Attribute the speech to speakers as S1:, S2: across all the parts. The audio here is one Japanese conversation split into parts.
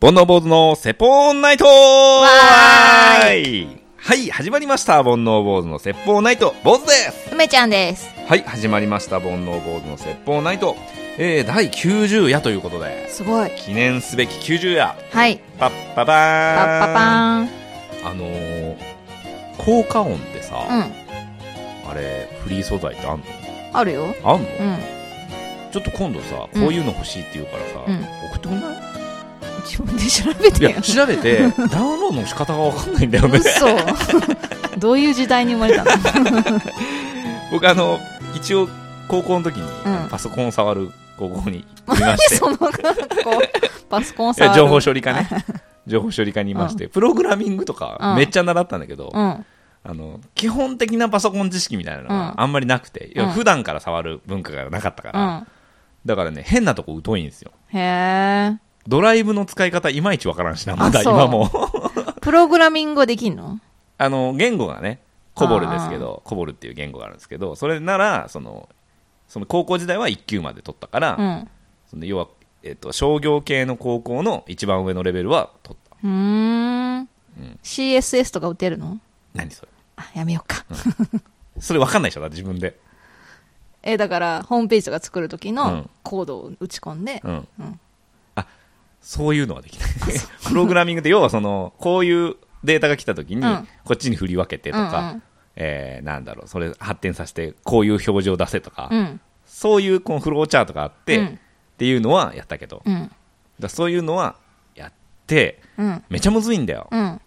S1: 煩悩坊主のセポーナイト
S2: わ
S1: はい、始まりました。煩悩坊主の説法ナイト、坊主です。
S2: 梅ちゃんです。
S1: はい、始まりました。煩悩坊主の説法ナイト。えー、第90夜ということです
S2: ごい。
S1: 記念すべき90夜。
S2: はい。
S1: パッパ
S2: パ
S1: バーン
S2: ッパパーン。
S1: あのー、効果音ってさ、
S2: うん。
S1: あれ、フリー素材ってあんの
S2: あるよ。
S1: あんの、
S2: うん。
S1: ちょっと今度さ、
S2: うん
S1: こういうの欲しいって言うからさ、
S2: うん
S1: 送ってこない
S2: 自分で調べ
S1: い
S2: てよ
S1: や、。調べて、ダウンロードの仕方がわかんないんだよね。
S2: 嘘。どういう時代に生ま れたの
S1: 僕あの一応高校の時に、
S2: うん
S1: パソコンを触る高校にいまして
S2: その、こう、パソコン
S1: いや
S2: さ。
S1: 情報処理科 ね情報処理科にいまして、プログラミングとか
S2: うん
S1: めっちゃ習ったんだけど、
S2: うん。
S1: あの基本的なパソコン知識みたいなの
S2: う
S1: が
S2: ん
S1: あんまりなくて、いや
S2: うん
S1: 普段から触る文化がなかったか
S2: う
S1: ら、
S2: ん。
S1: だからね変なとこ疎いんですよ
S2: へえ。
S1: ドライブの使い方いまいちわからんしなまだ
S2: あそう
S1: 今も
S2: プログラミングはできんの
S1: あの言語がねコボルですけどコボルっていう言語があるんですけどそれならそのその高校時代は1級まで取ったから、
S2: うん。
S1: その要は、えっと商業系の高校の一番上のレベルは取った
S2: うーん。CSS とか打てるの
S1: 何それ
S2: あ、やめようか。
S1: それ分かんないでしょだって自分で
S2: え、だから、ホームページとか作る時
S1: う
S2: の
S1: ん
S2: コードを打ち込んで
S1: う、ん、
S2: うん
S1: あそういうのはできない プログラミングで要はそのこういうデータが来た時に、
S2: うん
S1: こっちに振り分けてとか、
S2: うんうん
S1: えーなんだろうそれ発展させてこういう表情を出せとか、
S2: うん。
S1: そういうこのフローチャートがあって、
S2: うん
S1: っていうのはやったけど、だか
S2: うん。
S1: らそういうのはやって
S2: うん。
S1: めちゃむずいんだよ、
S2: うん。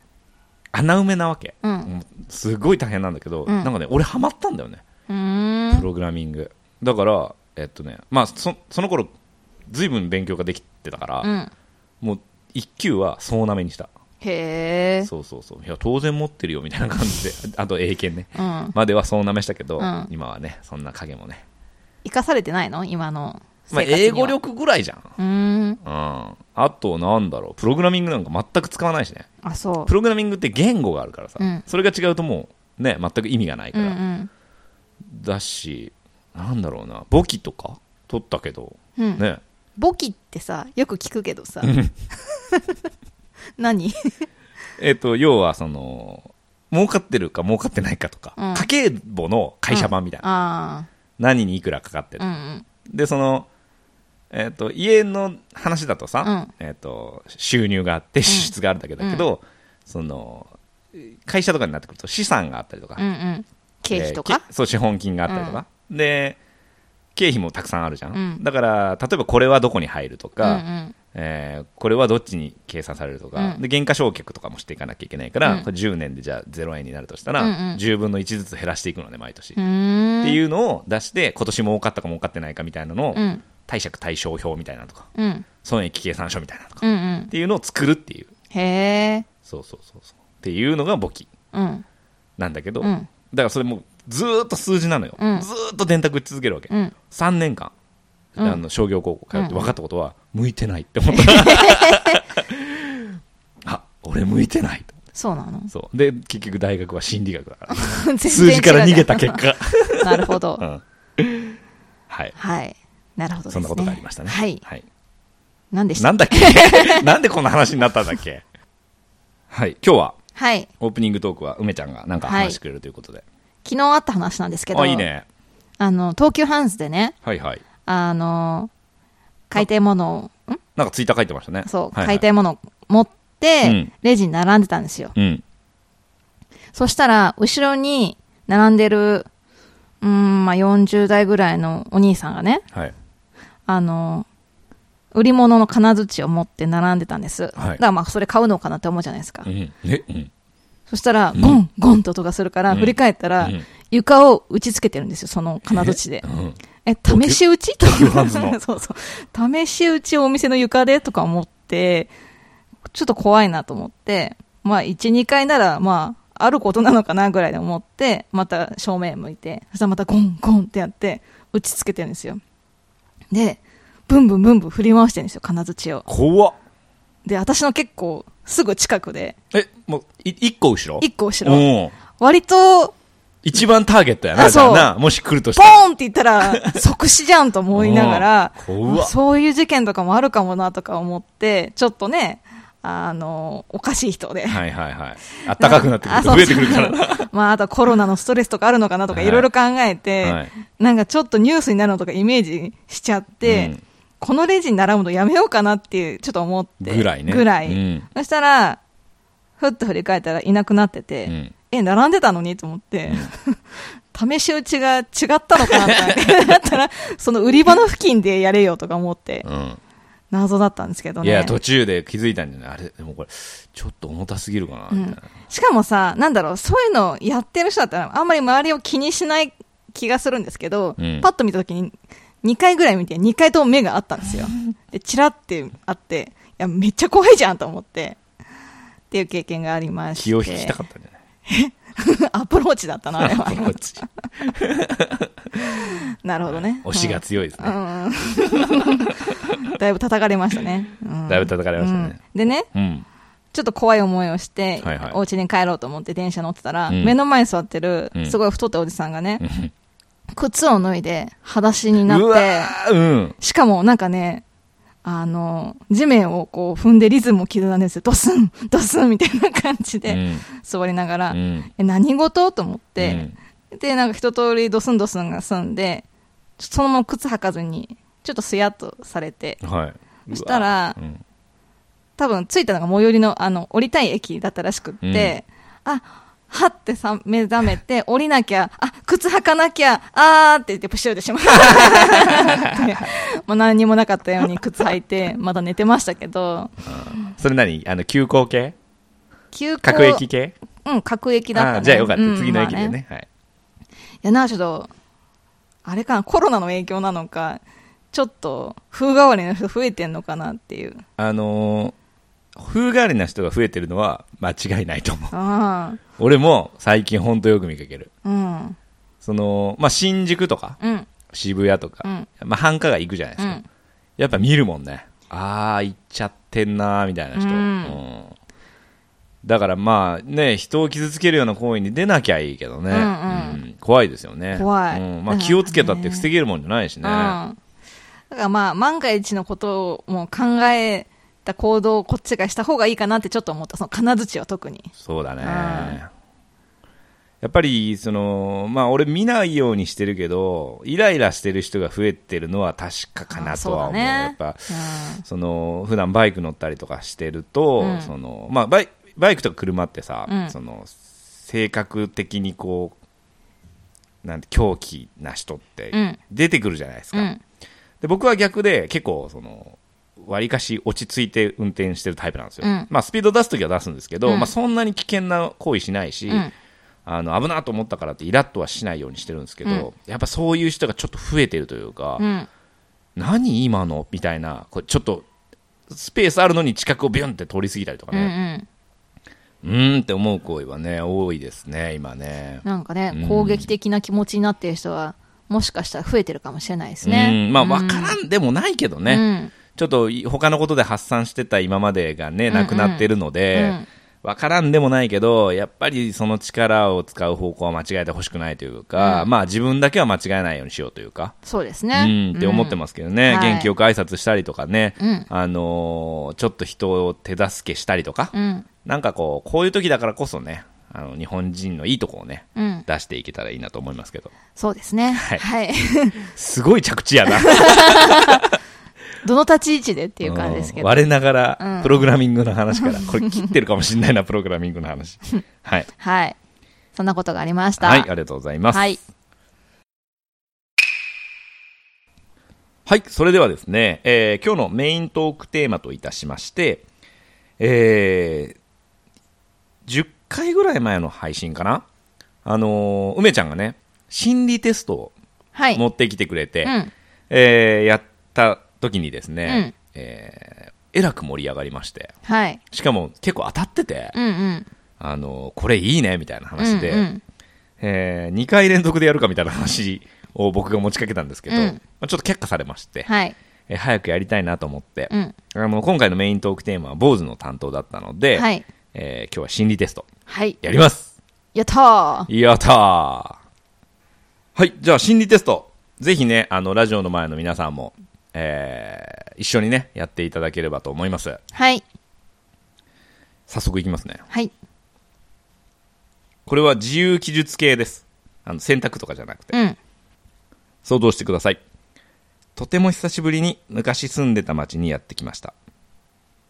S1: 穴埋めなわけ、
S2: うん
S1: もうすごい大変なんだけど、
S2: ん
S1: なんかね俺ハマったんだよね
S2: うー
S1: プ
S2: ん。
S1: ログラミングだからえっとねまあそその頃ずいぶん勉強ができてたから、
S2: うん。
S1: もう1級は総なめにした
S2: へえ。
S1: そうそうそういや当然持ってるよみたいな感じで ああと英検ね
S2: うん。
S1: までは総なめしたけど、
S2: うん
S1: 今はねそんな影もね、
S2: 生かされてないの今の生
S1: まあ、
S2: 活には
S1: 英語力ぐらいじゃん
S2: うーん
S1: うん、あとなんだろうプログラミングなんか全く使わないしね
S2: あそう
S1: プログラミングって言語があるからさ、
S2: うん
S1: それが違うともうね全く意味がないか
S2: うん
S1: ら、
S2: うん
S1: だしなんだろうな簿記とか取ったけど、
S2: うん
S1: ね
S2: 簿記ってさよく聞くけどさ 何
S1: えっ、と、要はその、儲かってるか儲かってないかとか、
S2: うん
S1: 家計簿の会社版みたいな。
S2: あ
S1: 何にいくらかかって
S2: あう
S1: る。
S2: ん
S1: で、その、えっ、と、家の話だとさ、えっ、と、収入があって支出があるだけだけど、その、会社とかになってくると資産があったりとか
S2: うんう、んうん経費と
S1: えー
S2: か
S1: けそう資本金があったりとか、で経費もたくさんあるじゃん、
S2: うん
S1: だから例えばこれはどこに入るとか、
S2: うんうん
S1: えーこれはどっちに計算されるとか、
S2: うん
S1: で減価償却とかもしていかなきゃいけないから、
S2: うん
S1: これ10年でじゃあ0円になるとしたら、
S2: うんうん
S1: 10分の1ずつ減らしていくのね毎年、
S2: う
S1: っ
S2: ーん
S1: ていうのを出して今年儲かったか儲かってないかみたいなのを、
S2: うん
S1: 貸借対照表みたいなのとか
S2: うん
S1: 損益計算書みたいなのとか、
S2: う
S1: っ
S2: んうん
S1: ていうのを作るっていう
S2: へえ
S1: そうそうそうそうっていうのが簿記
S2: うん
S1: なんだけど、
S2: うん
S1: だからそれもうずーっと数字なのよ、
S2: うん
S1: ずーっと電卓打ち続けるわけ、
S2: うん
S1: 3年間、
S2: うん
S1: あの商業高校通って分かったことは、向いてないって 思ったあ俺向いてないと
S2: そうなの
S1: そうで結局大学は心理学だから、
S2: 全然違う
S1: 数字から逃げた結果、
S2: なるほど
S1: うん、はい
S2: はいなるほどです
S1: そんな
S2: ね
S1: ことがありましたね
S2: はい何でした
S1: なんだっ けなんでこんな話になったんだっけはい今日は
S2: はい
S1: オープニングトークは梅ちゃんがなんか話してくれるということで、
S2: 昨日あった話なんですけど
S1: あいいね
S2: あの東急ハンズでね
S1: はいはい
S2: あの買いたいものを
S1: なんかツイッター書いてましたねはい
S2: そう、
S1: はい
S2: 買いたいものを持っ
S1: う
S2: て
S1: ん、
S2: レジに並んでたんですよ。
S1: うん
S2: そしたら、後ろに並んでる、うーん、まあ、40代ぐらいのお兄さんがね、
S1: はい
S2: あの、売り物の金槌を持って並んでたんです。
S1: はい
S2: だからまあ、それ買うのかなって思うじゃないですか。
S1: うんえうん
S2: そしたら、ゴン、ゴンと音がするから、振り返ったら、
S1: うん
S2: 床を打ちつけてるんですよ、その金槌で
S1: う。ん
S2: え、試し打ちと
S1: 急ハンズの
S2: そうそう。試し打ちをお店の床でとか思って、ちょっと怖いなと思って、まあ、1、2回なら、まあ、あることなのかなぐらいで思って、また正面向いて、そしたらまたゴンゴンってやって、打ちつけてるんですよ。で、ブンブンブンブン振り回してるんですよ、金槌を。
S1: 怖っ
S2: で、私の結構、すぐ近くで、
S1: え、もう、い一個後ろ
S2: 一個後ろ。
S1: ろ。うん。
S2: 割と、
S1: 一番ターゲットやな、
S2: あ
S1: じゃあ
S2: そう
S1: な。もし来るとし
S2: ポ
S1: たら。
S2: ーンって言ったら、 即死じゃんと思いながら
S1: うん怖っ、
S2: そういう事件とかもあるかもなとか思って、ちょっとね、あの、おかしい人で。
S1: はいはいはい。あったかくなってくると
S2: あ
S1: 増えてくるから。
S2: そうそう まあ、あとコロナのストレスとかあるのかなとか
S1: はい
S2: いろいろ考えて、
S1: はい
S2: なんかちょっとニュースになるのとかイメージしちゃって、
S1: うん
S2: このレジに並ぶのやめようかなっていう、ちょっと思って。
S1: ぐらいね
S2: ぐら
S1: う
S2: い
S1: ん
S2: そしたら、ふっと振り返ったらいなくなってて、
S1: うん
S2: え、並んでたのにと思って、 試し打ちが違ったのかなとか だったら、その売り場の付近でやれよとか思って、謎だったんですけど
S1: うん。い
S2: ね。
S1: や、途中で気づいたんじゃないあれ、でもこれ、ちょっと重たすぎるかな、みたいな。
S2: しかもさ、なんだろう、そういうのやってる人だったら、あんまり周りを気にしない気がするんですけど、
S1: うん
S2: パッと見たときに、2回ぐらい見て、2回とも目があったんですよ。で、チラってあって、いや、めっちゃ怖いじゃんと思って、っていう経験がありまして。
S1: 気を引きたかったんじゃない
S2: アプローチだったな、あれは
S1: アプ。ローチ
S2: なるほどね。
S1: 推しが強いです
S2: う
S1: ね。
S2: ん。うん だいぶ叩かれましたね。うん
S1: だいぶ叩かれましたね
S2: うんでね、
S1: うん。
S2: ちょっと怖い思いをして、
S1: はいはい
S2: お家に帰ろうと思って電車乗ってたら、
S1: うん
S2: 目の前に座ってる
S1: うん、
S2: すごい太ったおじさんがね、靴を脱いで、裸足にな
S1: う
S2: っ
S1: わ
S2: て、
S1: ーうん。
S2: しかもなんかね、あの、地面をこう踏んでリズムを刻んでるんですよ。ドスンドスンみたいな感じ
S1: う
S2: で
S1: ん
S2: 座りながら、
S1: うん
S2: え何事と思って、
S1: うん
S2: で、なんか一通りドスンドスンが済んで、ちょそのまま靴履かずに、ちょっとすやっとされて、
S1: はい。
S2: そしたら
S1: うわー、うん
S2: 多分着いたのが最寄りの、あの、降りたい駅だったらしくって、あ、はってさ目覚めて、降りなきゃ、あ、靴履かなきゃ、あーって言ってプシューでしまっ た。でもう何にもなかったように靴履いて、まだ寝てましたけど、
S1: それ何あの、急行系
S2: 急行
S1: 各駅系
S2: うん、各駅だった、
S1: あ
S2: ね。
S1: あー、じゃあよかった
S2: うん。
S1: 次の駅
S2: まあ
S1: でね。はい。
S2: いや、なんかちょっと、あれかな、コロナの影響なのか、ちょっと、風変わりの人増えてんのかなっていう。
S1: あのー風変わりな人が増えてるのは間違いないと思う。
S2: あ
S1: 俺も最近ほんとよく見かける。
S2: あ、うん、
S1: その、まあ、新宿とか、
S2: うん、
S1: 渋谷と
S2: う
S1: か、
S2: ん、
S1: まあ、繁華街行くじゃないで
S2: う
S1: すか。
S2: ん。
S1: やっぱ見るもんね。ああ、行っちゃってんなー、みたいな人。
S2: うん
S1: うんだからまあね、人を傷つけるような行為に出なきゃいいけどね。
S2: うんうん
S1: うん怖いですよね。
S2: 怖い
S1: うんまあ、気をつけたって防げるもんじゃないし
S2: うん。
S1: ね。
S2: だからまあ、万が一のことをもう考えた行動をこっちがした方がいいかなってちょっと思った。その金槌は特に。
S1: そうだね。
S2: うん
S1: やっぱり、その、まあ俺見ないようにしてるけど、イライラしてる人が増えてるのは確かかなとは思う。
S2: あそうだね
S1: やっぱ、その、普段バイク乗ったりとかしてると、
S2: うん
S1: その、まあバイバイクとか車ってさ、
S2: うん
S1: その、性格的にこう、なんて、狂気な人って
S2: うん
S1: 出てくるじゃないです
S2: う
S1: か。
S2: ん。うん。
S1: で僕は逆で結構そのわりかし落ち着いて運転してるタイプなんですよ、
S2: うん
S1: まあ、スピード出すときは出すんですけど、
S2: うん
S1: まあ、そんなに危険な行為しないし、
S2: うん
S1: あの危なと思ったからってイラッとはしないようにしてるんですけど、
S2: うん
S1: やっぱそういう人がちょっと増えてるというか、
S2: うん。
S1: 何今のみたいなこうちょっとスペースあるのに近くをビュンって通り過ぎたりとか
S2: うん。う
S1: ね、
S2: ん。
S1: うーんって思う行為はね多いですね今ね。
S2: なんかね
S1: う、ん
S2: 攻撃的な気持ちになってる人は、もしかしたら増えてるかもしれないです
S1: う
S2: ね。
S1: んまあ
S2: うん
S1: 分からんでもないけどね、
S2: うん。
S1: ちょっとい他のことで発散してた今までがね、
S2: んうん
S1: なくなってるので、わからんでもないけど、やっぱりその力を使う方向は間違えてほしくないというか、まあ自分だけは間違えないようにしようというか、
S2: そうです
S1: うん
S2: ね。
S1: って思ってますけどね、
S2: はい
S1: 元気よく挨拶したりとかね、
S2: うん
S1: あのーちょっと人を手助けしたりとか、
S2: うん。
S1: なんかこう、こういう時だからこそね、あの日本人のいいとこをね、
S2: うん。
S1: 出していけたらいいなと思いますけど、
S2: そうですね。
S1: はい
S2: はい。
S1: すごい着地やな。
S2: どの立ち位置でっていう感じですけ
S1: うん
S2: ど。
S1: 我ながら、
S2: うん
S1: プログラミングの話 から、これ切ってるかもしれないな、プログラミングの話。はい。
S2: はい。そんなことがありました。
S1: はい、ありがとうございます。は。
S2: はいい。
S1: それではですね、えー今日のメイントークテーマといたしまして、えー10回ぐらい前の配信かなあのー梅ちゃんがね、心理テストを
S2: はい。
S1: 持ってきてくれて、
S2: うん。
S1: えーやった時にですね、えーえらく盛り上がりまして、
S2: はい。
S1: しかも結構当たってて、
S2: うんうん。
S1: あの、これいいね、みたいな話で、
S2: うんうん
S1: え2回連続でやるかみたいな話を僕が持ちかけたんですけど、
S2: うん
S1: まあ、ちょっと却下されまして、
S2: はい。
S1: えー早くやりたいなと思って
S2: う、ん。
S1: あの今回のメイントークテーマは坊主の担当だったので、
S2: はい。
S1: えー今日は心理テスト、
S2: はい。
S1: やります
S2: やったー
S1: やったーはい、じゃあ心理テスト、ぜひね、あの、ラジオの前の皆さんも、えー一緒にね、やっていただければと思います。
S2: はい。
S1: 早速いきますね。
S2: はい。
S1: これは自由記述系です。あの、選択とかじゃなくて。
S2: うん。
S1: 想像してください。とても久しぶりに昔住んでた町にやってきました。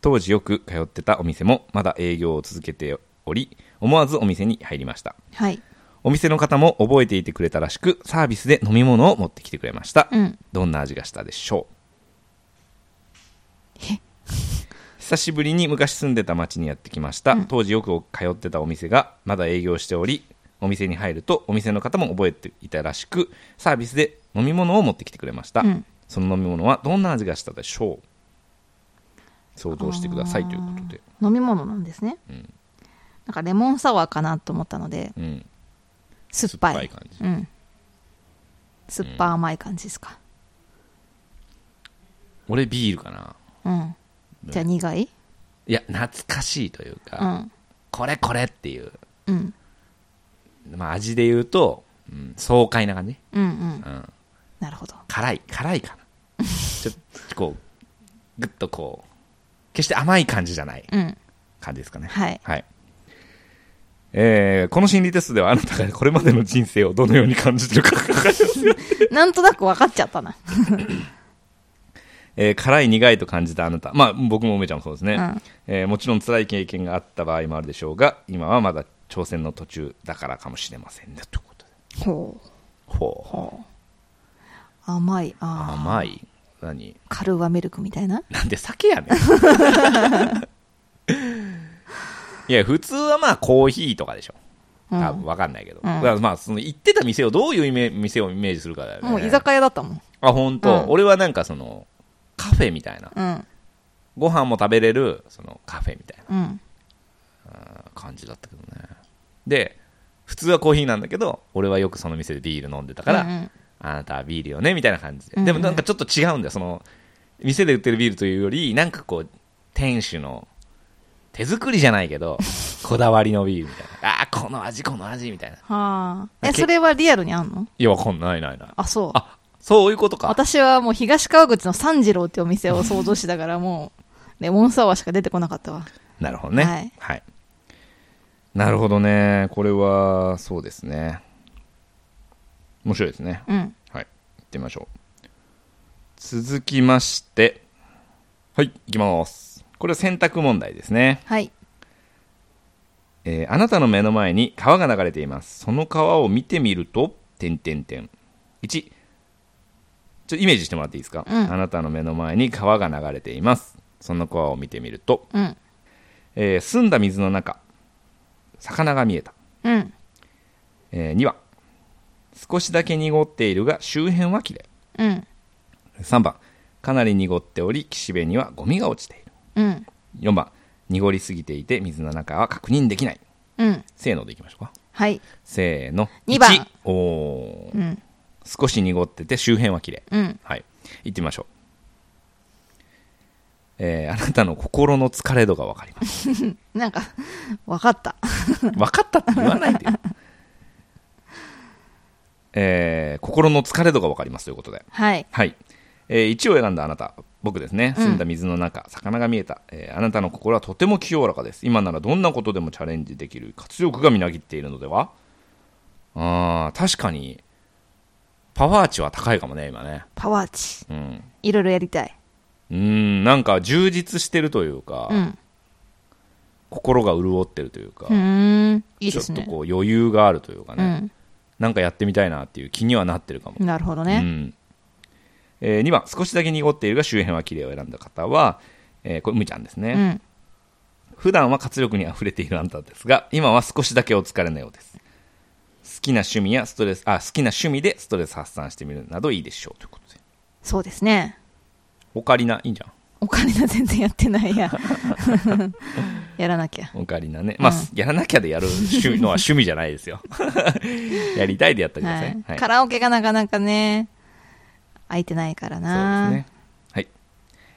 S1: 当時よく通ってたお店もまだ営業を続けており、思わずお店に入りました。
S2: はい。
S1: お店の方も覚えていてくれたらしく、サービスで飲み物を持ってきてくれました。
S2: うん。
S1: どんな味がしたでしょう 久しぶりに昔住んでた町にやってきました、当時よく通ってたお店がまだ営業しておりお店に入るとお店の方も覚えていたらしくサービスで飲み物を持ってきてくれました、
S2: うん
S1: その飲み物はどんな味がしたでしょう想像してくださいということで、
S2: 飲み物なんですね。
S1: うん
S2: なんかレモンサワーかなと思ったので、
S1: うん、
S2: 酸っぱ
S1: 酸っぱ
S2: い。
S1: い感じ
S2: うん。酸っぱ甘い感じですか。
S1: 俺ビールかな
S2: うん。じゃあ苦い
S1: いや懐かしいというか、
S2: うん。
S1: これこれっていう、
S2: うん。
S1: まあ、味で言うと、うん爽快な感じ、
S2: うんうん。
S1: うん、
S2: なるほど。
S1: 辛い辛いか なちょっとこうぐっとこう決して甘い感じじゃない
S2: うん。
S1: 感じですかね
S2: はい。
S1: はい、えーこの心理テストではあなたがこれまでの人生をどのように感じてるか
S2: なんとなく分かっちゃったな。
S1: えー辛い苦いと感じたあなたまあ僕も梅ちゃんもそうですね、
S2: うん
S1: えーもちろん辛い経験があった場合もあるでしょうが今はまだ挑戦の途中だからかもしれませんねということで
S2: ほう。
S1: ほう
S2: ほう。甘い。ああ。
S1: 甘い何
S2: カルーアミルクみたいな。
S1: なんで酒や ねん。いや、普通はまあコーヒーとかでしょ。
S2: うん
S1: 多分わかんないけど。
S2: ん
S1: だからまあ、その行ってた店をどういうイメ店をイメージするかだよね。
S2: もう居酒屋だったもん。
S1: あ、本当、
S2: うん
S1: 俺はなんかその、カフェみたいな。
S2: うん。
S1: ご飯も食べれる、そのカフェみたい
S2: うん。
S1: な感じだったけどね。で、普通はコーヒーなんだけど、俺はよくその店でビール飲んでたから、
S2: うんうん
S1: あなたはビールよねみたいな感じで、
S2: うんうん
S1: でもなんかちょっと違うんだよその店で売ってるビールというよりなんかこう店主の手作りじゃないけど こだわりのビールみたいなあーこの味この味みたいない
S2: はあ。え、
S1: だけ
S2: それはリアルにあんの
S1: やわかんないないない
S2: あ、そう。
S1: あそういうことか
S2: 私はもう東川口の三次郎っていうお店を想像してたか らもうレモンサワーしか出てこなかったわ
S1: なるほどね
S2: はい
S1: なるほどねこれはそうですね面白いですね
S2: うん
S1: はい行ってみましょう続きましてはい行きますこれは選択問題ですね
S2: はい
S1: えーあなたの目の前に川が流れていますその川を見てみると点点点1ちょっとイメージしてもらっていいですか、
S2: うん
S1: あなたの目の前に川が流れていますその川を見てみると、
S2: うん
S1: えー澄んだ水の中魚が見えた、
S2: うん
S1: え2番少しだけ濁っているが周辺はきれ
S2: うん
S1: い3番かなり濁っており岸辺にはゴミが落ちている
S2: うん
S1: 4番濁りすぎていて水の中は確認できない
S2: うん
S1: せーのでいきましょうか
S2: はい
S1: せーの
S2: 二番
S1: 1おー
S2: うん
S1: 少し濁ってて周辺は綺麗
S2: うん
S1: はい行ってみましょうえー、あなたの心の疲れ度が分かります
S2: なんか分かった
S1: 分かったって言わないでよえー、心の疲れ度が分かりますということで
S2: はい
S1: はい、えー、1を選んだあなた僕ですね澄んだ水の中、魚が見えた、えーあなたの心はとても清らかです今ならどんなことでもチャレンジできる活力がみなぎっているのではあー確かにパワー値は高いかもね今ね
S2: パワーチ
S1: うん
S2: いろいろやりたいう
S1: ーんなんか充実してるというか、
S2: うん
S1: 心が潤ってるというか、
S2: うーんいい
S1: ち
S2: で
S1: ょっ
S2: す
S1: と
S2: ね
S1: こう余裕があるというか
S2: う
S1: ね、
S2: ん
S1: なんかやってみたいなっていう気にはなってるかも、
S2: なるほど
S1: う
S2: ね
S1: んえ2番少しだけ濁っているが周辺は綺麗を選んだ方は、えーこれむーちゃんです
S2: う
S1: ね、
S2: ん
S1: 普段は活力にあふれているあなたですが今は少しだけお疲れのようです好きな趣味やストレスあ好きな趣味でストレス発散してみるなどいいでしょうということで
S2: そうですね
S1: オカリナいいんじゃん
S2: オカリナ全然やってな いややらなきゃ
S1: オカリナね、まあやらなきゃでやる趣味のは趣味じゃないです よやりたいでやったりです
S2: は
S1: ね、はい
S2: いカラオケがなかなかね空いてないからな
S1: そうですねはい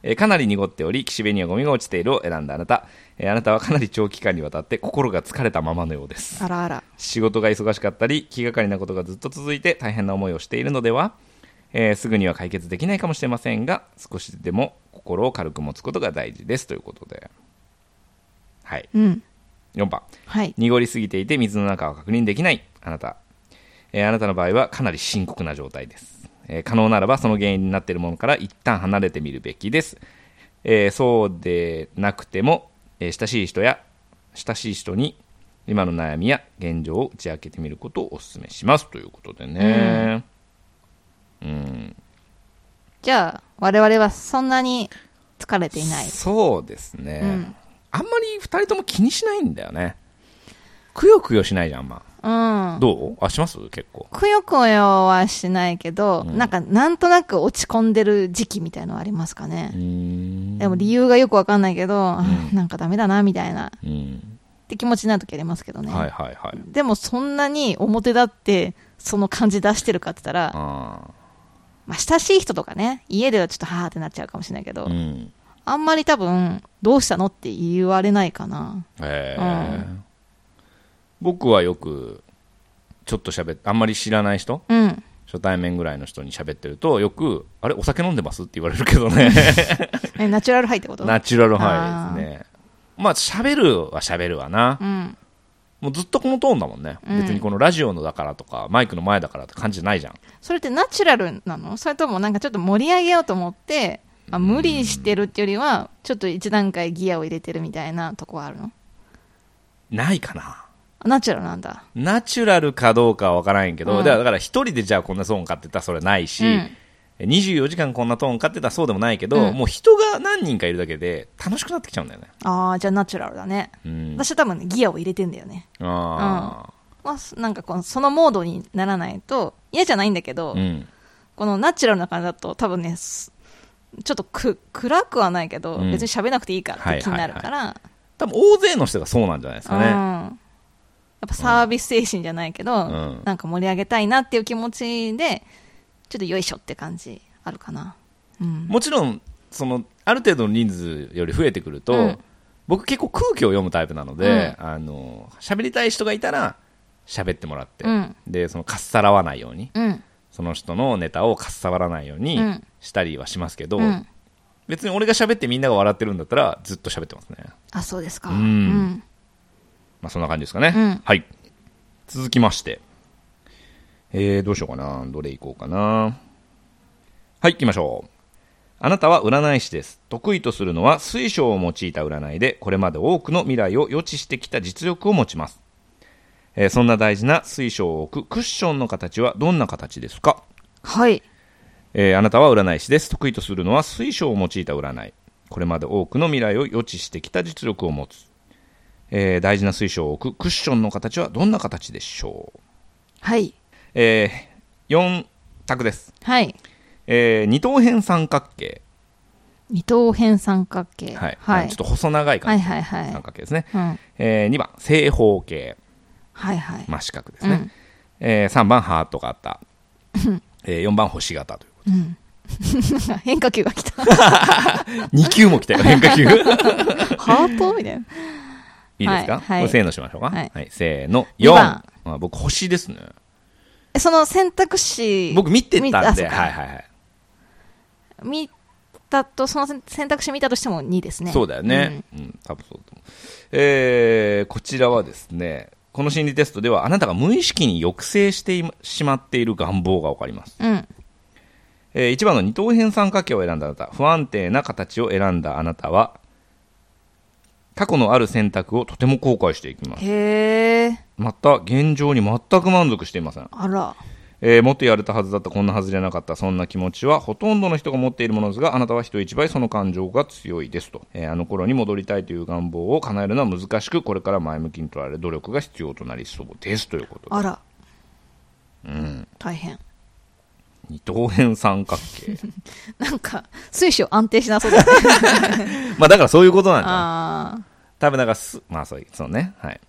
S1: えーかなり濁っており岸辺にはゴミが落ちているを選んだあなた、えーあなたはかなり長期間にわたって心が疲れたままのようです
S2: あらあら
S1: 仕事が忙しかったり気がかりなことがずっと続いて大変な思いをしているのでは、えーすぐには解決できないかもしれませんが少しでも心を軽く持つことが大事ですということではい、
S2: うん。
S1: 4番
S2: はい。
S1: 濁りすぎていて水の中は確認できないあなた、えーあなたの場合はかなり深刻な状態です、えー可能ならばその原因になっているものから一旦離れてみるべきです、えーそうでなくても、えー親しい人や親しい人に今の悩みや現状を打ち明けてみることをお勧めしますということでねうん、
S2: じゃあ、我々はそんなに疲れていない。
S1: そうですね、
S2: うん
S1: あんまり2人とも気にしないんだよねくよくよしないじゃんあんま
S2: うん。
S1: どうあします結構
S2: くよくよはしないけど、
S1: うん
S2: なんか、なんとなく落ち込んでる時期みたいのはありますか
S1: う
S2: ね。
S1: ん
S2: でも理由がよくわかんないけど、あ
S1: うん
S2: なんかダメだな、みたいな、
S1: うん
S2: って気持ちになるときありますけどね。
S1: はいはいはい。
S2: でもそんなに表立って、その感じ出してるかって言ったら、
S1: あ
S2: まあ、親しい人とかね、家ではちょっとはーってなっちゃうかもしれないけど、
S1: あ。うん。
S2: あんまり多分、どうしたのって言われないかな。
S1: え
S2: う
S1: え。僕はよく、ちょっと喋って、あんまり知らない人
S2: うん。
S1: 初対面ぐらいの人に喋ってると、よく、あれお酒飲んでますって言われるけど ね。
S2: えナチュラルハイってこと
S1: ナチュラルハイですね。まあ、喋るは喋るわな
S2: う。ん。
S1: もうずっとこのトーンだもんね。
S2: うん
S1: 別にこのラジオのだからとか、マイクの前だからって感じじゃないじゃん。
S2: それってナチュラルなのそれともなんかちょっと盛り上げようと思って、あ無理してるっていうよりは、ちょっと一段階ギアを入れてるみたいなとこはあるの
S1: ないかな。
S2: あナチュラルなんだ。
S1: ナチュラルかどうかは分からんけど、
S2: うん
S1: だからだから一人でじゃあこんなトーン買ってたらそれないし、
S2: うん
S1: 24時間こんなトーン買ってたらそうでもないけど、
S2: うん
S1: もう人が何人かいるだけで楽しくなってきちゃうんだよね。
S2: ああ、じゃあナチュラルだね。
S1: うん、
S2: 私は多分、ね、ギアを入れてんだよね。
S1: あ
S2: まあ、すなんかこのそのモードにならないと、嫌じゃないんだけど、
S1: ーうん
S2: このナチュラルな感じだと多分ねすちょっとく暗くはないけど、
S1: うん
S2: 別に喋らなくていいかって気になるから、
S1: 多分大勢の人がそうなんじゃないですかね。
S2: うん、やっぱサービス精神じゃないけど、
S1: ん
S2: なんか盛り上げたいなっていう気持ちでちょっとよいしょって感じあるかな、うん、
S1: もちろんそのある程度の人数より増えてくると、
S2: うん
S1: 僕結構空気を読むタイプなので、あの喋りたい人がいたら喋ってもらって、
S2: うん
S1: でそのかっさらわないように
S2: うん
S1: その人のネタをかっさばらないように
S2: うん
S1: したりはしますけど、
S2: うん
S1: 別に俺が喋ってみんなが笑ってるんだったらずっと喋ってますね。
S2: あそうですか
S1: うん
S2: うん
S1: まあそんな感じですかね。
S2: うん
S1: はい。続きまして。えー、どうしようかな。どれいこうかな。はい、行きましょう。あなたは占い師です。得意とするのは水晶を用いた占いで、これまで多くの未来を予知してきた実力を持ちます。えーそんな大事な水晶を置くクッションの形はどんな形ですか
S2: はい
S1: えーあなたは占い師です。得意とするのは水晶を用いた占い。これまで多くの未来を予知してきた実力を持つ。えー大事な水晶を置くクッションの形はどんな形でしょう、
S2: はい
S1: え4択です。
S2: はい
S1: えー二等辺三角形。
S2: 二等辺三角形
S1: はい。
S2: は
S1: あの
S2: い
S1: ちょっと細長い
S2: は
S1: 感
S2: い
S1: じ。
S2: はいはい
S1: 三角形ですね。
S2: うん
S1: え2番、正方形。
S2: はいはい
S1: 真四角です
S2: う
S1: ね。
S2: ん
S1: え3番、ハート型。え4番、星型ということで。
S2: 変化球が来た
S1: 2級も来たよ、変 化球。
S2: ハートみたいない
S1: いですか、
S2: はいはい
S1: これせーのしましょうか。は
S2: はいい、
S1: せーの。
S2: 二
S1: 4。
S2: 番
S1: まあ、僕、星ですね。
S2: えその選択肢
S1: 僕、見てたんで、は
S2: あ
S1: い
S2: そうか
S1: はいはい。
S2: 見たと、その選選択肢見たとしても2ですね。
S1: そうだよね。うん、多分そうだと思う。えー、こちらはですね、この心理テストでは、あなたが無意識に抑制していましまっている願望がわかります。
S2: うん。うん。
S1: え1番の二等辺三角形を選んだあなた、不安定な形を選んだあなたは、過去のある選択をとても後悔していきます。
S2: へえ、
S1: また、現状に全く満足していません。
S2: あら。
S1: えーもっとやれたはずだったこんなはずじゃなかったそんな気持ちはほとんどの人が持っているものですがあなたは人一倍その感情が強いですと、えーあの頃に戻りたいという願望を叶えるのは難しくこれから前向きに捉える努力が必要となりそうですということで
S2: あら。うん。大変。
S1: 二等辺三角形
S2: なんか、水晶安定しなそうだね。
S1: まあだからそういうことなんじゃない
S2: ああ。
S1: 多分なんかすまあそういうそうねはい、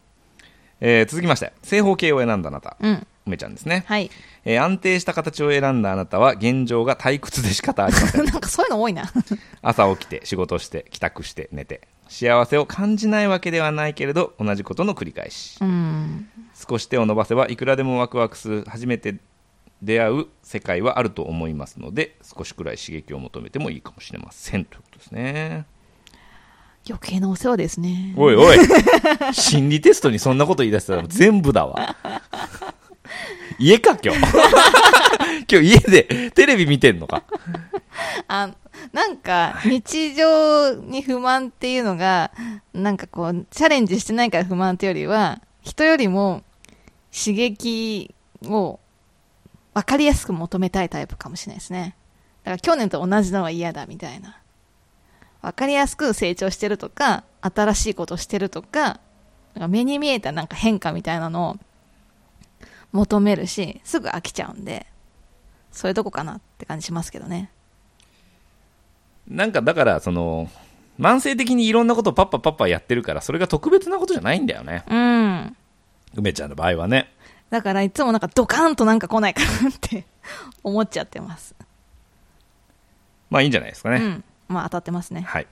S1: えー続きまして正方形を選んだあなた
S2: うん。
S1: 梅ちゃんですね、
S2: はい。
S1: えー安定した形を選んだあなたは現状が退屈で仕方ありません
S2: なんかそういうの多いな。
S1: 朝起きて仕事して帰宅して寝て幸せを感じないわけではないけれど同じことの繰り返し
S2: うん。
S1: 少し手を伸ばせばいくらでもワクワクする初めて出会う世界はあると思いますので少しくらい刺激を求めてもいいかもしれませんということですね
S2: 余計なお世話ですね。
S1: おいおい心理テストにそんなこと言い出したら全部だわ家か 今日今日家でテレビ見てんのか
S2: あなんか、日常に不満っていうのが、なんかこう、チャレンジしてないから不満っていうよりは、人よりも刺激を分かりやすく求めたいタイプかもしれないですね。だから去年と同じのは嫌だみたいな。分かりやすく成長してるとか、新しいことしてるとか、なんか目に見えたなんか変化みたいなのを求めるし、すぐ飽きちゃうんで、そういうとこかなって感じしますけどね。
S1: なんかだからその慢性的にいろんなことパッパパッパやってるからそれが特別なことじゃないんだよね
S2: うん。
S1: 梅ちゃんの場合はね
S2: だからいつもなんかドカーンとなんか来ないかなって 思っちゃってます。
S1: まあいいんじゃないですかね、
S2: うん。まあ当たってますね。
S1: はい、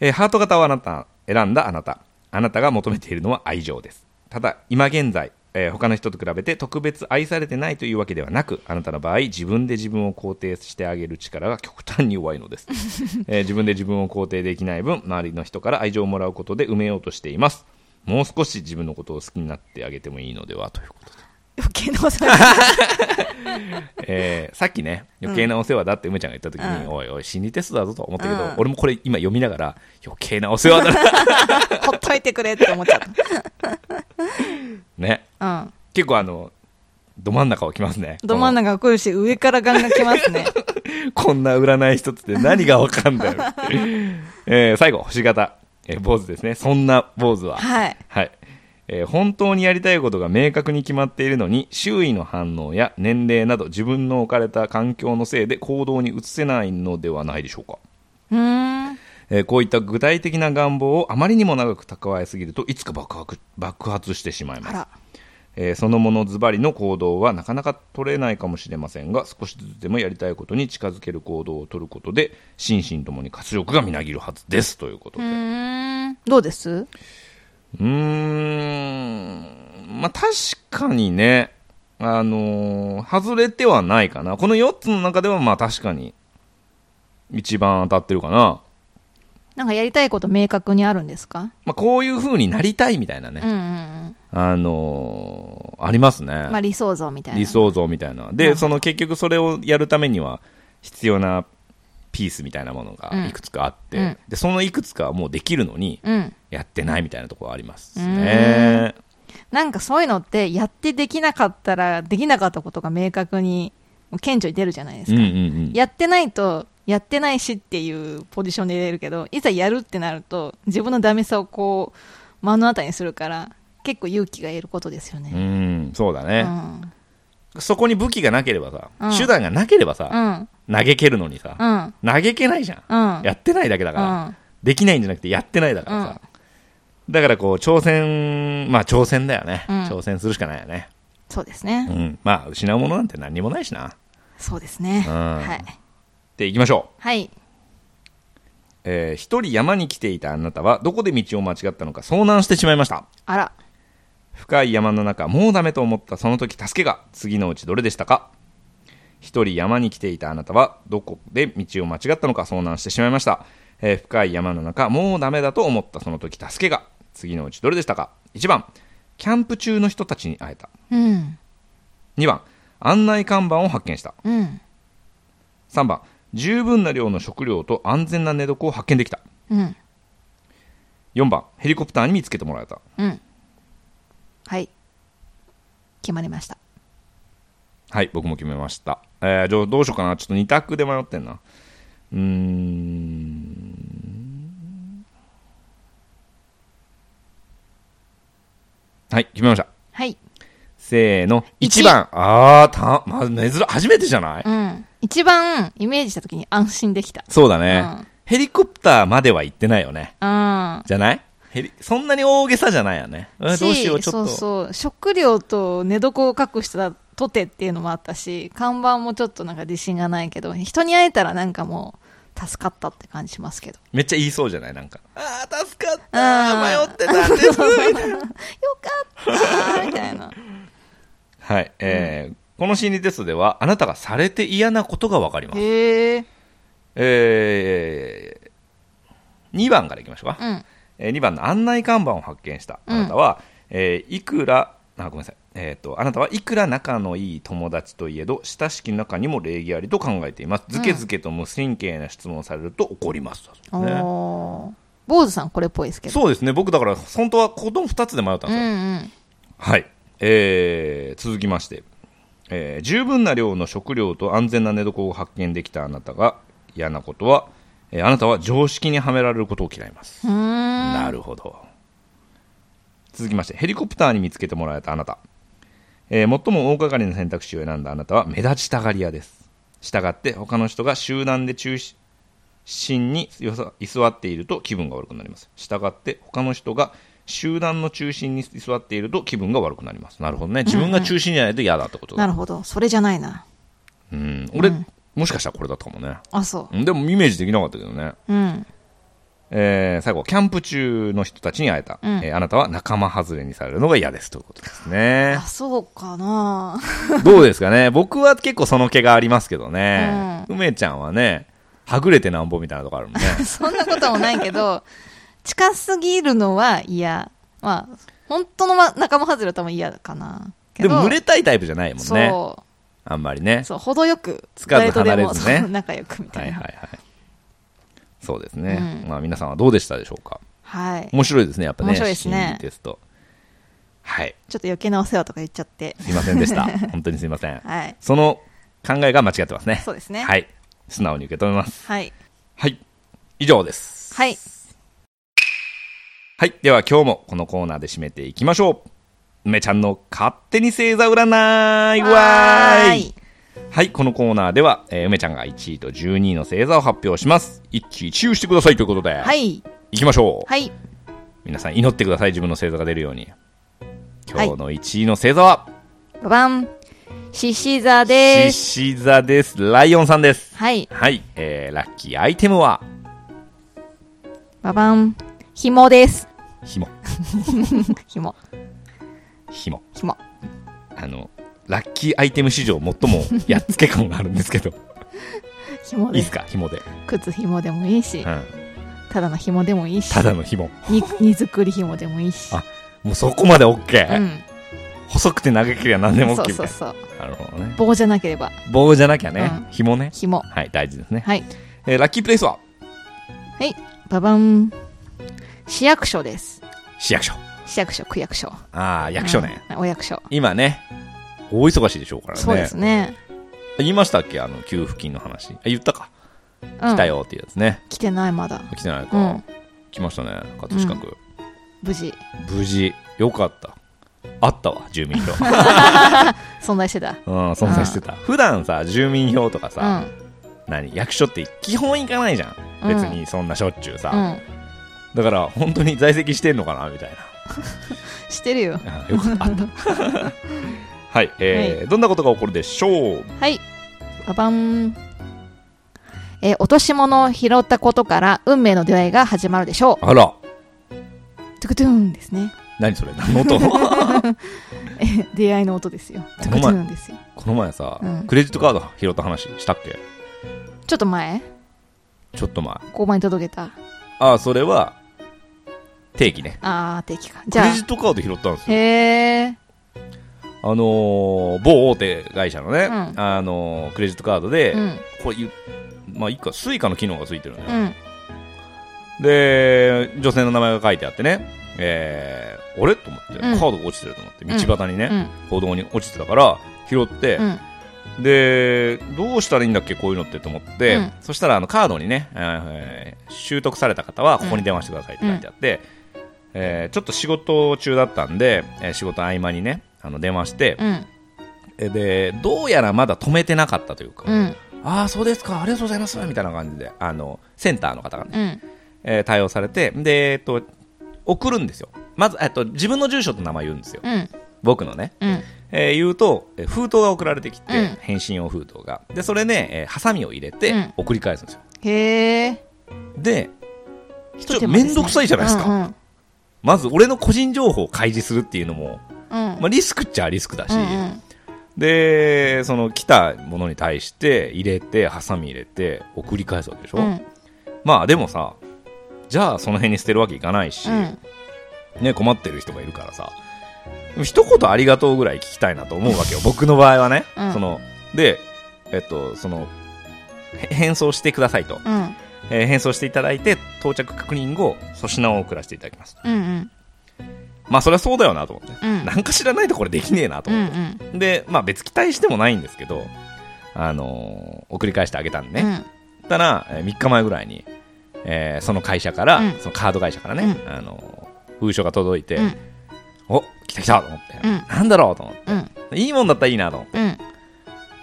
S1: えーハート型をあなた選んだあなたあなたが求めているのは愛情ですただ今現在、えー他の人と比べて特別愛されてないというわけではなくあなたの場合自分で自分を肯定してあげる力が極端に弱いの です、えー自分で自分を肯定できない分周りの人から愛情をもらうことで埋めようとしていますもう少し自分のことを好きになってあげてもいいのではということ
S2: 余計なお世話。
S1: で、えーさっきね余計なお世話だって梅ちゃんが言った時に、
S2: うん
S1: おいおい心理テストだぞと思ったけど、
S2: うん
S1: 俺もこれ今読みながら余計なお世話だな
S2: ほっといてくれって思っちゃっ
S1: ね
S2: た。うん。
S1: 結構あのど真ん中をきますね
S2: ど真ん中が来るし、上からガンガン来ます ね。
S1: このこんな占い一つで何がわかん だよ、えー最後星型、えー、坊主ですねそんな坊主は
S2: はい。
S1: はい、えー本当にやりたいことが明確に決まっているのに周囲の反応や年齢など自分の置かれた環境のせいで行動に移せないのではないでしょうか
S2: うーん。
S1: えーこういった具体的な願望をあまりにも長く蓄えすぎるといつか爆発爆発してしまいま
S2: あ
S1: す
S2: ら。
S1: えーそのものズバリの行動はなかなか取れないかもしれませんが少しずつでもやりたいことに近づける行動を取ることで心身ともに活力がみなぎるはずですということで
S2: う
S1: う
S2: ーん。どうです
S1: ーんまあ確かにねあのー外れてはないかなこの4つの中ではまあ確かに一番当たってるかな、
S2: なんかやりたいこと明確にあるんですか
S1: まあ、こういう風になりたいみたいなね、
S2: うんうんうん。
S1: あのーありますね、
S2: まあ理想像みたいな。
S1: 理。想像みたいな
S2: な
S1: で
S2: るほど
S1: その結局それをやるためには必要なピースみたいなもの
S2: うん
S1: がいくつかあって、
S2: うん
S1: でそのいくつかはもうできるのに
S2: うん。
S1: やってないみたいなところはありますね
S2: なんかそういうのって、やってできなかったら、できなかったことが明確に、もう顕著に出るじゃないです
S1: うん
S2: か。
S1: うんうん
S2: やってないと、やってないしっていうポジションで入れるけど、いざやるってなると、自分のダメさをこう、目の当たりにするから、結構勇気がいることですよ
S1: う
S2: ね。
S1: んそうだ
S2: う
S1: ね、
S2: ん。
S1: そこに武器がなければさ、
S2: うん
S1: 手段がなければ
S2: う
S1: さ、
S2: ん。
S1: 嘆けるのにさ
S2: う、ん。
S1: 嘆けないじゃん、
S2: うん。
S1: やってないだけだから、
S2: うん
S1: できないんじゃなくてやってないだからさ、だからこう挑戦まあ挑戦だよね、
S2: うん
S1: 挑戦するしかないよね、
S2: そうです
S1: う
S2: ね。
S1: ん、まあ失うものなんて何にもないしな
S2: そうですね。
S1: うん
S2: はい。
S1: でいきましょう
S2: はい。
S1: えー一人山に来ていたあなたはどこで道を間違ったのか遭難してしまいました
S2: あら。
S1: 深い山の中もうダメと思ったその時助けが次のうちどれでしたか一人山に来ていたあなたはどこで道を間違ったのか遭難してしまいました、えー深い山の中もうダメだと思ったその時助けが次のうちどれでしたか1番キャンプ中の人たちに会えた
S2: うん。
S1: 2番案内看板を発見した
S2: うん。
S1: 3番十分な量の食料と安全な寝床を発見できた
S2: うん。
S1: 4番ヘリコプターに見つけてもらえた
S2: うん。はい。決まりました。
S1: はい、僕も決めました。えー、じゃあどうしようかな。ちょっと2択で迷ってんな。うーん。はい、決めました。
S2: はい。
S1: せーの。
S2: 一
S1: 1番。あー、た、まず、珍、初めてじゃない、
S2: うん。一番イメージした時に安心できた。
S1: そうだね、
S2: うん
S1: ヘリコプターまでは行ってないよね。
S2: うん。
S1: じゃないヘリ、そんなに大げさじゃないよね。うんどうしよう、ちょっと。
S2: そうそう食料と寝床を確保したとてっていうのもあったし看板もちょっとなんか自信がないけど人に会えたらなんかもう助かったって感じしますけど
S1: めっちゃ言いそうじゃないなんか。あー、助かった
S2: うん
S1: ー。迷ってたん です。みたいな
S2: よかったみたいな
S1: はい、えーこの心理テストではあなたがされて嫌なことがわかります、
S2: へえ
S1: えー2番からいきましょうか、
S2: うん。
S1: えー2番の案内看板を発見したあなたは、えーいくらあごめんなさいえー、とあなたはいくら仲のいい友達といえど親しき中にも礼儀ありと考えていますずけずけと無神経な質問をされると怒ります、
S2: お
S1: ね
S2: ー。坊主さんこれっぽいですけど。
S1: そうですね僕だから本当は子供2つで迷ったんですよ、
S2: うんうん。
S1: はい、えー続きまして、えー十分な量の食料と安全な寝床を発見できたあなたが嫌なことは、えーあなたは常識にはめられることを嫌います、
S2: うーん。
S1: なるほど続きましてヘリコプターに見つけてもらえたあなた、えー最も大掛かりな選択肢を選んだあなたは目立ちたがり屋ですしたがって他の人が集団で中心によそ居座っていると気分が悪くなりますしたがって他の人が集団の中心に居座っていると気分が悪くなりますなるほどね自分が中心じゃないと嫌だってことだ、
S2: なるほど。それじゃないな。
S1: うん俺、もしかしたらこれだったかもね
S2: あ、そ
S1: うんでもイメージできなかったけどね
S2: う。うん。
S1: えー最後、キャンプ中の人たちに会えた、えーあなたは仲間外れにされるのが嫌ですということですね
S2: あ、。そうかな。
S1: どうですかね、僕は結構その気がありますけどね、梅ちゃんはね、はぐれてなんぼみたいなとこある もんね。
S2: そんなこともないけど、近すぎるのは嫌。まあ、本当のま仲間外れは多分嫌かな。け
S1: で
S2: ど
S1: も、群れたいタイプじゃないもんね、
S2: そ
S1: あんまり
S2: う。
S1: ね。
S2: そう、程よく。
S1: つかず離れずね
S2: 誰とでもそう仲良くみた
S1: はいい
S2: な。
S1: は
S2: はい
S1: いはい。そうですね、まあ、皆さんはどうでしたでしょうか。面白いですね、やっぱね、
S2: 面白いですね
S1: 心理テスト。はい、
S2: ちょっと余計なお世話とか言っちゃって。
S1: すいませんで した、本当にすいません。
S2: はい。
S1: その考えが間違ってますね。
S2: そうですね。。
S1: はいい、素直に受け止めます。
S2: はい。
S1: はい。以上です。
S2: はい。
S1: はい。では今日もこのコーナーで締めていきましょう。梅ちゃんの勝手に星座占いわーい
S2: い。
S1: はい、このコーナーでは、えー梅ちゃんが1位と12位の星座を発表します。一喜一憂してくださいということで、、
S2: はいい。
S1: きましょう、
S2: はい。
S1: 皆さん祈ってください、自分の星座が出るように。今日の1位の星座は、
S2: 5番、獅子座
S1: 獅
S2: です。
S1: 子座です。ライオンさんです。
S2: はい。
S1: はい、えー、ラッキーアイテムは、
S2: ババン、紐です。
S1: 紐。
S2: 紐。
S1: 紐。
S2: 紐。
S1: あの、ラッキーアイテム史上最もやっつけ感があるんです けど、
S2: 紐
S1: いい
S2: で
S1: です
S2: す。
S1: か、紐で。
S2: 靴紐でもいいし
S1: う、ん。
S2: ただの紐でもいいし、
S1: ただの紐。
S2: に荷造り紐でもいいし。
S1: あもうそこまで OK。
S2: うん。
S1: 細くて長ければ何でも OK
S2: そう
S1: みた
S2: そ
S1: いうな。
S2: そう。
S1: なるほどね。
S2: 棒じゃなければ、
S1: 棒じゃなきゃね。
S2: う
S1: 紐ね。
S2: 紐。
S1: はい、大事ですね。
S2: はい。
S1: えーラッキープレイスは
S2: はい。ババン、市役所です。
S1: 市役所。
S2: 市役所、区役所。
S1: ああ、役所ね。
S2: うん。お役所。
S1: 今ね、大忙しいでしょうからね。
S2: そうですね。
S1: 言いましたっけあの、給付金の話。あ言ったか。
S2: うん
S1: 来た。よっていうやつね。
S2: 来てない、まだ。
S1: 来てないうか
S2: ん。。
S1: 来ましたね、葛飾区。
S2: 無事、
S1: 無事、よかった。あったわ、住民票。
S2: 存在してた。
S1: うん、存在してた。普段さ、住民票とか
S2: う
S1: さ、
S2: ん。
S1: 何、役所って基本行かないじゃん。
S2: うん
S1: 別にそんなしょっちゅうさ。
S2: うん。
S1: だから、本当に在籍してんのかなみたい
S2: してるよ。
S1: な。あよかった。あった。 はい、えーどんなことが起こるでしょう
S2: はい。ババン。えー落とし物を拾ったことから運命の出会いが始まるでしょ
S1: あら、
S2: う。トゥクトゥーンですね。
S1: 何それ何の音
S2: 出会いの音ですよ。トゥクトゥーンですよ。
S1: この前さ、
S2: うん
S1: クレジットカード拾った話したっけ
S2: ちょっと前、
S1: ちょっと前。
S2: 交番に届けた。
S1: ああ、それは、定期ね。
S2: あー、定期か。
S1: ク
S2: じゃ
S1: レジットカード拾ったんです
S2: あ、
S1: よ。
S2: へー。
S1: あのー某大手会社のね、
S2: うん
S1: あのークレジットカードで、
S2: うん。
S1: これ言う、まあ、いいか、スイカの機能がついてるのよ。
S2: うん。
S1: で、女性の名前が書いてあってね、えー、あれと思って、カ
S2: ん
S1: ードが落ちてると思って、道端に
S2: う
S1: ね、
S2: ん。
S1: 歩道に落ちてたから、拾って
S2: う、ん。
S1: で、どうしたらいいんだっけ、こういうのってと思って、
S2: うん
S1: そしたらあのカードにね、えー習得された方はここに電話してくださいって書いてあって、えーちょっと仕事中だったんで、えー仕事合間にね、あの電話して、
S2: うん。
S1: えで、どうやらまだ止めてなかったというか、
S2: うん。
S1: ああ、そうですか、ありがとうございます、みたいな感じで、あの、センターの方がね、
S2: うん。
S1: えー対応されて、で、えっと、送るんですよ。まず、えっと、自分の住所と名前言うんですよ。
S2: うん。
S1: 僕のね。
S2: うん。
S1: えー言うと、えー封筒が送られてきて、
S2: うん
S1: 返信用封筒が。で、それね、えーハサミを入れ
S2: う
S1: て
S2: ん、
S1: 送り返すんですよ。
S2: へー。
S1: で、ちょっと
S2: 手間です
S1: め
S2: ね
S1: んどくさいじゃないですか。
S2: うん。
S1: まず、俺の個人情報を開示するっていうのも、
S2: うん。うん
S1: まあ、リスクっちゃリスクだし、
S2: うん
S1: で、その来たものに対して、入れて、ハサミ入れて、送り返すわけでしょ。
S2: うん。
S1: まあ、でもさ、じゃあその辺に捨てるわけいかないし、
S2: うん
S1: ね、困ってる人がいるからさ一言ありがとうぐらい聞きたいなと思うわけよ僕の場合はね、
S2: うん
S1: そのでえっとそのへ返送してくださいと、
S2: うん
S1: えー返送していただいて到着確認後粗品を送らせていただきます
S2: うんうん
S1: まあそれはそうだよなと思って、
S2: うん
S1: なんか知らないとこれできねえなと
S2: うんう
S1: 思って、
S2: ん
S1: でまあ別期待してもないんですけどあのー送り返してあげたんでね、
S2: うん
S1: ったら、え3日前ぐらいに、えーその会社から、
S2: うん
S1: そのカード会社からね、あの封書が届いて、
S2: うん
S1: お来た来たと思って、
S2: うん
S1: なんだろうと思っ
S2: うん
S1: ていいもんだったらいいなと思って
S2: うん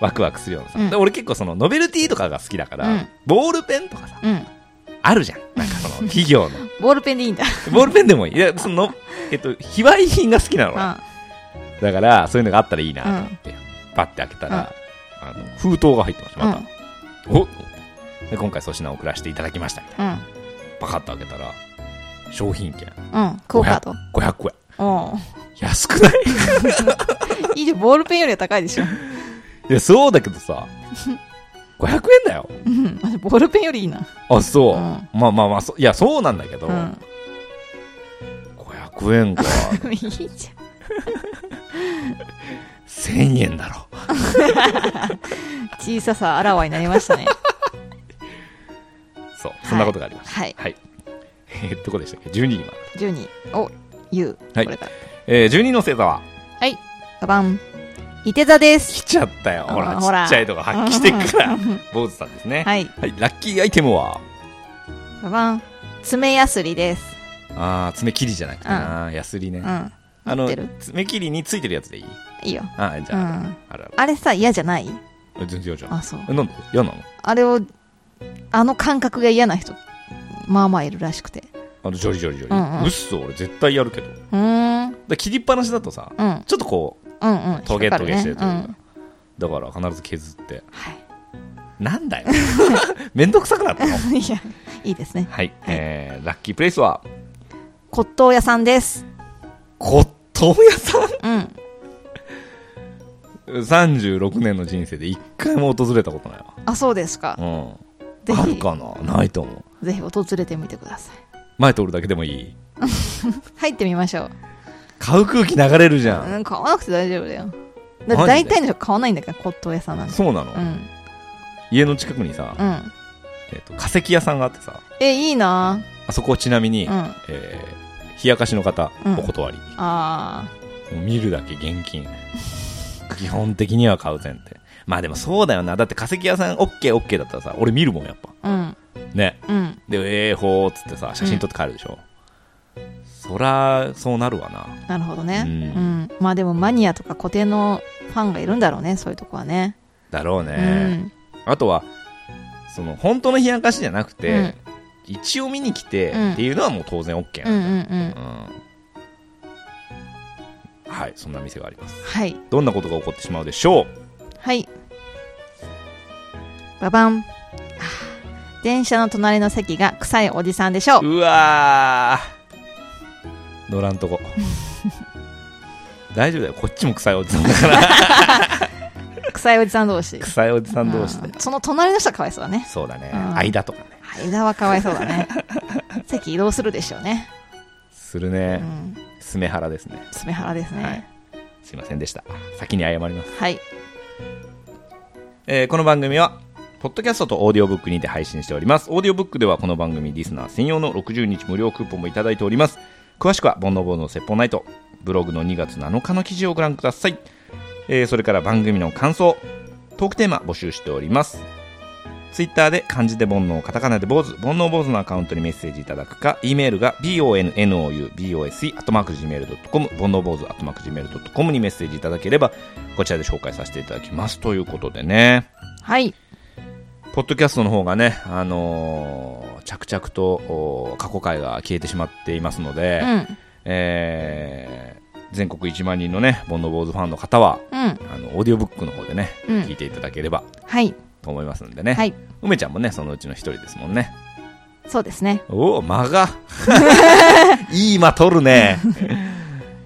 S1: ワクワクするようなさ、
S2: うん
S1: で俺結構そのノベルティとかが好きだから、
S2: うん
S1: ボールペンとかさ
S2: うん
S1: あるじゃんなんかその企業の
S2: ボールペンでいいんだ
S1: ボールペンでもいいいやその、えっと、非売品が好きなの俺だからそういうのがあったらいいなと思って、パッて開けたら、あの封筒が入ってました
S2: うん
S1: また、おっで今回粗品を送らせていただきましたみたいな
S2: うん
S1: パカッと開けたら商品券
S2: うんうんクオカード
S1: 500円
S2: おう
S1: 安くない
S2: いいじゃんボールペンよりは高いでしょ
S1: いやそうだけど さ500円だよ
S2: うんボールペンよりいいな
S1: あそう、
S2: うん
S1: まあまあまあそいやそうなんだけど、
S2: うん
S1: 500円か
S2: いいじ
S1: 1000円だろ
S2: ゃん小ささあらわになりましたね
S1: そうそんなことがありました
S2: はい
S1: はい、えー、どこでしたっけ12位は、
S2: 12を言う
S1: はい
S2: これから
S1: えー、12の星座は
S2: はいババンいて座です
S1: 来ちゃったよほら
S2: あーほら
S1: ちっちゃいとこ発揮してっから坊主さんですね
S2: はい
S1: はい、ラッキーアイテムは
S2: ババン爪やすりです
S1: ああ爪切りじゃなくてな、ヤスリね、
S2: うん
S1: あ
S2: 合
S1: の
S2: ってる
S1: 爪切りについてるやつでいい
S2: いいよ
S1: あーじゃあ、
S2: うん
S1: あるある
S2: あれさ嫌じゃない
S1: え全然嫌じゃん
S2: あそう
S1: えなんで嫌なの
S2: あれをあの感覚が嫌な人まあまあいるらしくて
S1: あのジョリジョリジョリ、う
S2: うんうん
S1: っそ俺絶対やるけど
S2: うーん
S1: で切りっぱなしだとさ
S2: うんうん
S1: ちょっとこう
S2: うん
S1: トゲ
S2: 引っかか
S1: ト
S2: る
S1: ゲ
S2: ね
S1: してるといううんか、だから必ず削って
S2: はい
S1: なんだよ めんどくさくなったの
S2: い や、いいですね。
S1: はい、えー、ラッキープレイスは
S2: 骨董屋さんです。
S1: 骨董屋さ
S2: うん。
S1: ん36年の人生で一回も訪れたことないわ
S2: あ、そうですか。
S1: う
S2: ぜ
S1: ん
S2: ひ
S1: あるかなないと思う
S2: ぜひ訪れてみてください。
S1: 前通るだけでもいい
S2: 入ってみましょう。
S1: 買う空気流れるじゃん、
S2: うん、買わなくて大丈夫だよ。だ
S1: マジで
S2: 大体の人買わないんだから、骨董屋さんなんで。
S1: そうなの、
S2: うん。
S1: 家の近くにさ、
S2: うん。
S1: えっと化石屋さんがあってさ
S2: え、いいな
S1: あそこはちなみに、
S2: うん。あ
S1: えー冷やかしの方、
S2: うん
S1: お断り。
S2: あ
S1: もう見るだけ現金。基本的には買う前提。まあでもそうだよな。だって化石屋さん OKOK、OK だったらさ、俺見るもんやっぱ。
S2: ー。うん。
S1: ね。
S2: うん。
S1: で、ええほーっつってさ、写真撮って帰るでしょ。そら、そうなるわな。
S2: なるほどね。
S1: う
S2: うんん。まあでも、マニアとか固定のファンがいるんだろうね、そういうとこはね。
S1: だろうね。あとは、その、本当の冷やかしじゃなくて、
S2: うん
S1: 一応見に来て、
S2: うん
S1: っていうのはもう当然 OK
S2: うん。う
S1: な、
S2: んうんうん。
S1: うん。はい、そんな店があります。
S2: はい。
S1: どんなことが起こってしまうでしょう
S2: はい。ババン。あー電車の隣の席が臭いおじさんでしょう。
S1: うわー乗らんとこ大丈夫だよこっちも臭いおじさんだから
S2: 臭いおじさん同士。
S1: 臭いおじさん同士で
S2: うんその隣の人はかわいそうだ ね。
S1: そうだね
S2: うん
S1: 間とかね
S2: 間はかわいそうだね。席移動するでしょうね。
S1: する
S2: う
S1: ね、
S2: ん。
S1: スメハラですね
S2: 爪腹です
S1: は
S2: ね
S1: い。すいませんでした先に謝ります、
S2: はい。
S1: えーこの番組はポッドキャストとオーディオブックにて配信しておりますオーディオブックではこの番組リスナー専用の60日無料クーポンもいただいております詳しくは「ボンノボーノ説法ナイト」ブログの2月7日の記事をご覧ください、えーそれから番組の感想トークテーマ募集しておりますツイッターで漢字で煩悩、カタカナで坊主、煩悩坊主のアカウントにメッセージいただくか、e メールが bonoubose.gmail.com、煩悩坊主 .gmail.com にメッセージいただければ、こちらで紹介させていただきますということでね、
S2: はい。
S1: ポッドキャストの方がね、あのー着々とおー過去回が消えてしまっていますので、
S2: うん。
S1: えー全国1万人のね、煩悩坊主ファンの方は、
S2: うん。
S1: あのオーディオブックの方でね、
S2: うん
S1: 聞いていただければ
S2: はい。
S1: と思いますんでね、
S2: はい。
S1: 梅ちゃんもね、そのうちの一人ですもんね。
S2: そうですね。
S1: おお、間 が。いい間取るね。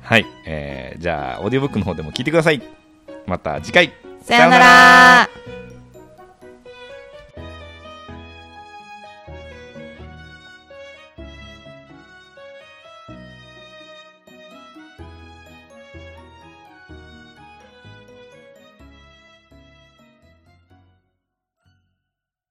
S1: はい、えーじゃあ、オーディオブックの方でも聞いてください。また次回。
S2: さ
S1: さよ
S2: よう
S1: うな
S2: な
S1: ら
S2: ら。